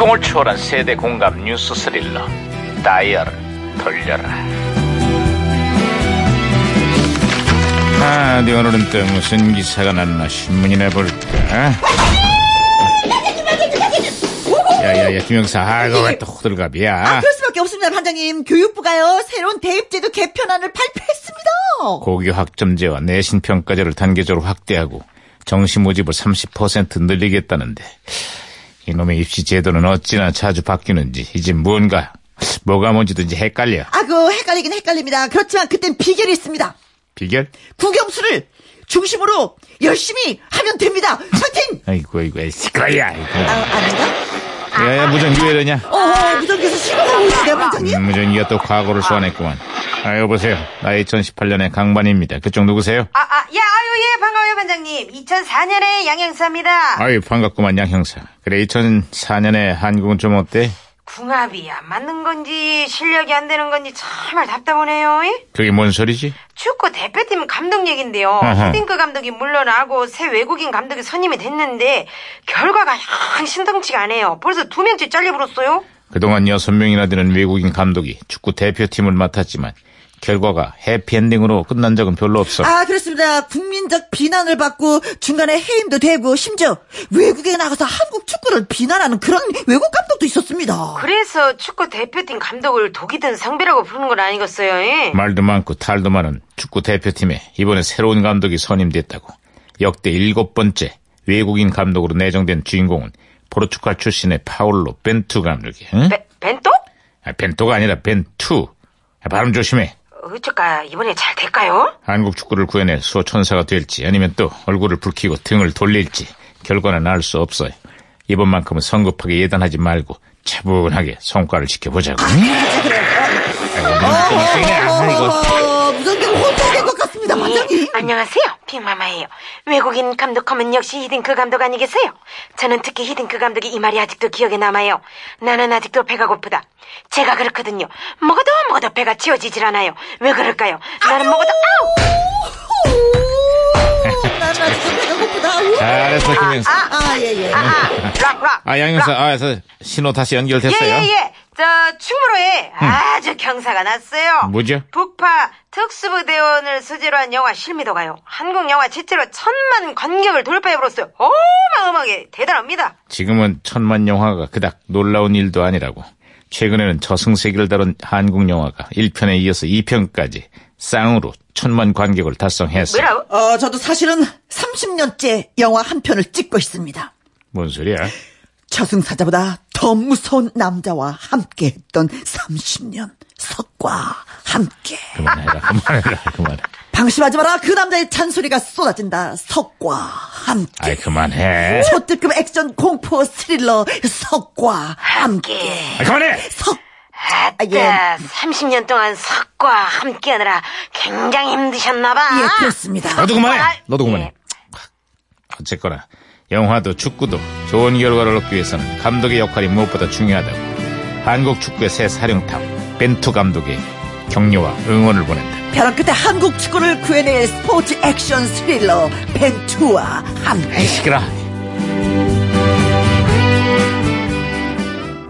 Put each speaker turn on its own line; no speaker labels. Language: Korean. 감동을 초월한 세대 공감 뉴스 스릴러 다이얼을 돌려라
아, 어디 오늘은 또 무슨 기사가 났나 신문이나 볼까? 야야야 김영사 아이고 왜또
아,
호들갑이야
그럴 수밖에 없습니다, 반장님. 교육부가요, 새로운 대입제도 개편안을 발표했습니다.
고교 학점제와 내신 평가제를 단계적으로 확대하고 정시 모집을 30% 늘리겠다는데 이놈의 입시 제도는 어찌나 자주 바뀌는지 이제 뭔가 뭐가 뭔지도 이제 헷갈려
아, 그, 헷갈리긴 헷갈립니다. 그렇지만 그땐 비결이 있습니다.
비결?
국영수를 중심으로 열심히 하면 됩니다. 파이팅!
아이고 아이고 에이, 시끄러야
아,
아이고.
아닌가?
야야 무전기 왜 이러냐
어, 무전기에서 신호가 오고 있어요, 반장님?
음, 무전기가 또 과거를 소환했구만 아 여보세요 나 2018년의 강반입니다 그쪽 누구세요?
아, 아, 예, 아유, 예, 반가워요, 반장님. 2004년에 양형사입니다.
아유 반갑구만 양 형사 그래 2004년에 한국은 좀 어때?
궁합이 안 맞는 건지, 실력이 안 되는 건지 정말 답답하네요. 이?
그게 뭔 소리지?
축구 대표팀 감독 얘긴데요.
아하.
후딩크 감독이 물러나고 새 외국인 감독이 선임이 됐는데, 결과가 영 신통치가 않아요. 벌써 두 명째 잘려버렸어요.
그동안 6명이나 되는 외국인 감독이 축구 대표팀을 맡았지만 결과가 해피엔딩으로 끝난 적은 별로 없어.
아, 그렇습니다. 국민적 비난을 받고 중간에 해임도 되고, 심지어 외국에 나가서 한국 축구를 비난하는 그런 외국 감독도 있었습니다.
그래서 축구 대표팀 감독을 독이든 성비라고 부르는 건 아니겠어요. 이?
말도 많고 탈도 많은 축구 대표팀에 이번에 새로운 감독이 선임됐다고. 역대 일곱 번째 외국인 감독으로 내정된 주인공은 포르투갈 출신의 파울로 벤투 감독이. 응?
벤- 벤또?
아, 벤토가 아니라 벤투. 아, 발음 조심해.
어쩌까, 이번에 잘 될까요?
한국 축구를 구해낼 수호천사가 될지 아니면 또 얼굴을 붉히고 등을 돌릴지 결과는 알 수 없어요. 이번만큼은 성급하게 예단하지 말고 차분하게 성과를 지켜보자고. 아,
어, 무전기가 혼선된 것 같습니다, 반장님.
안녕하세요. 빅마마예요. 외국인 감독하면 역시 히딩크 감독 아니겠어요? 저는 특히 히딩크 감독이 이 말이 아직도 기억에 남아요. 나는 아직도 배가 고프다. 제가 그렇거든요. 먹어도 먹어도 배가 치워지질 않아요. 왜 그럴까요? 나는 먹어도 아우!
나, 나 지금 배가 고프다.
잘했어 김영사.
아, 예, 예.
아아 락락.
아 양영사, 아 저, 신호 다시 연결됐어요. 음.
예예예. 저 충무로에 아주 경사가 났어요.
뭐죠?
북파 특수부대원을 소재로 한 영화 실미도가요. 한국 영화 최초로 천만 관객을 돌파해 버렸어요. 어마어마하게 대단합니다.
지금은 천만 영화가 그닥 놀라운 일도 아니라고. 최근에는 저승세기를 다룬 한국 영화가 1편에 이어서 2편까지 쌍으로 천만 관객을 달성했어.
뭐라고?
어, 저도 사실은 30년째 영화 한 편을 찍고 있습니다.
뭔 소리야?
저승사자보다 더 무서운 남자와 함께 했던 30년 석과 함께.
그만해라, 그만해라, 그만해.
방심하지 마라. 그 남자의 잔소리가 쏟아진다. 석과 함께.
아이 그만해.
초특급 액션 공포 스릴러 석과 함께.
아, 그만해.
석. 예.
아따, 30년 동안 석과 함께하느라 굉장히 힘드셨나봐.
예,
아.
그렇습니다.
너도 그만해.
아,
너도 그만해.
예.
어쨌거나 영화도 축구도 좋은 결과를 얻기 위해서는 감독의 역할이 무엇보다 중요하다고 한국 축구의 새 사령탑 벤투 감독의 격려와 응원을 보낸다.
벼랑 끝에 한국 축구를 구해낼 스포츠 액션 스릴러 벤투와 함께.
에이 시끄러.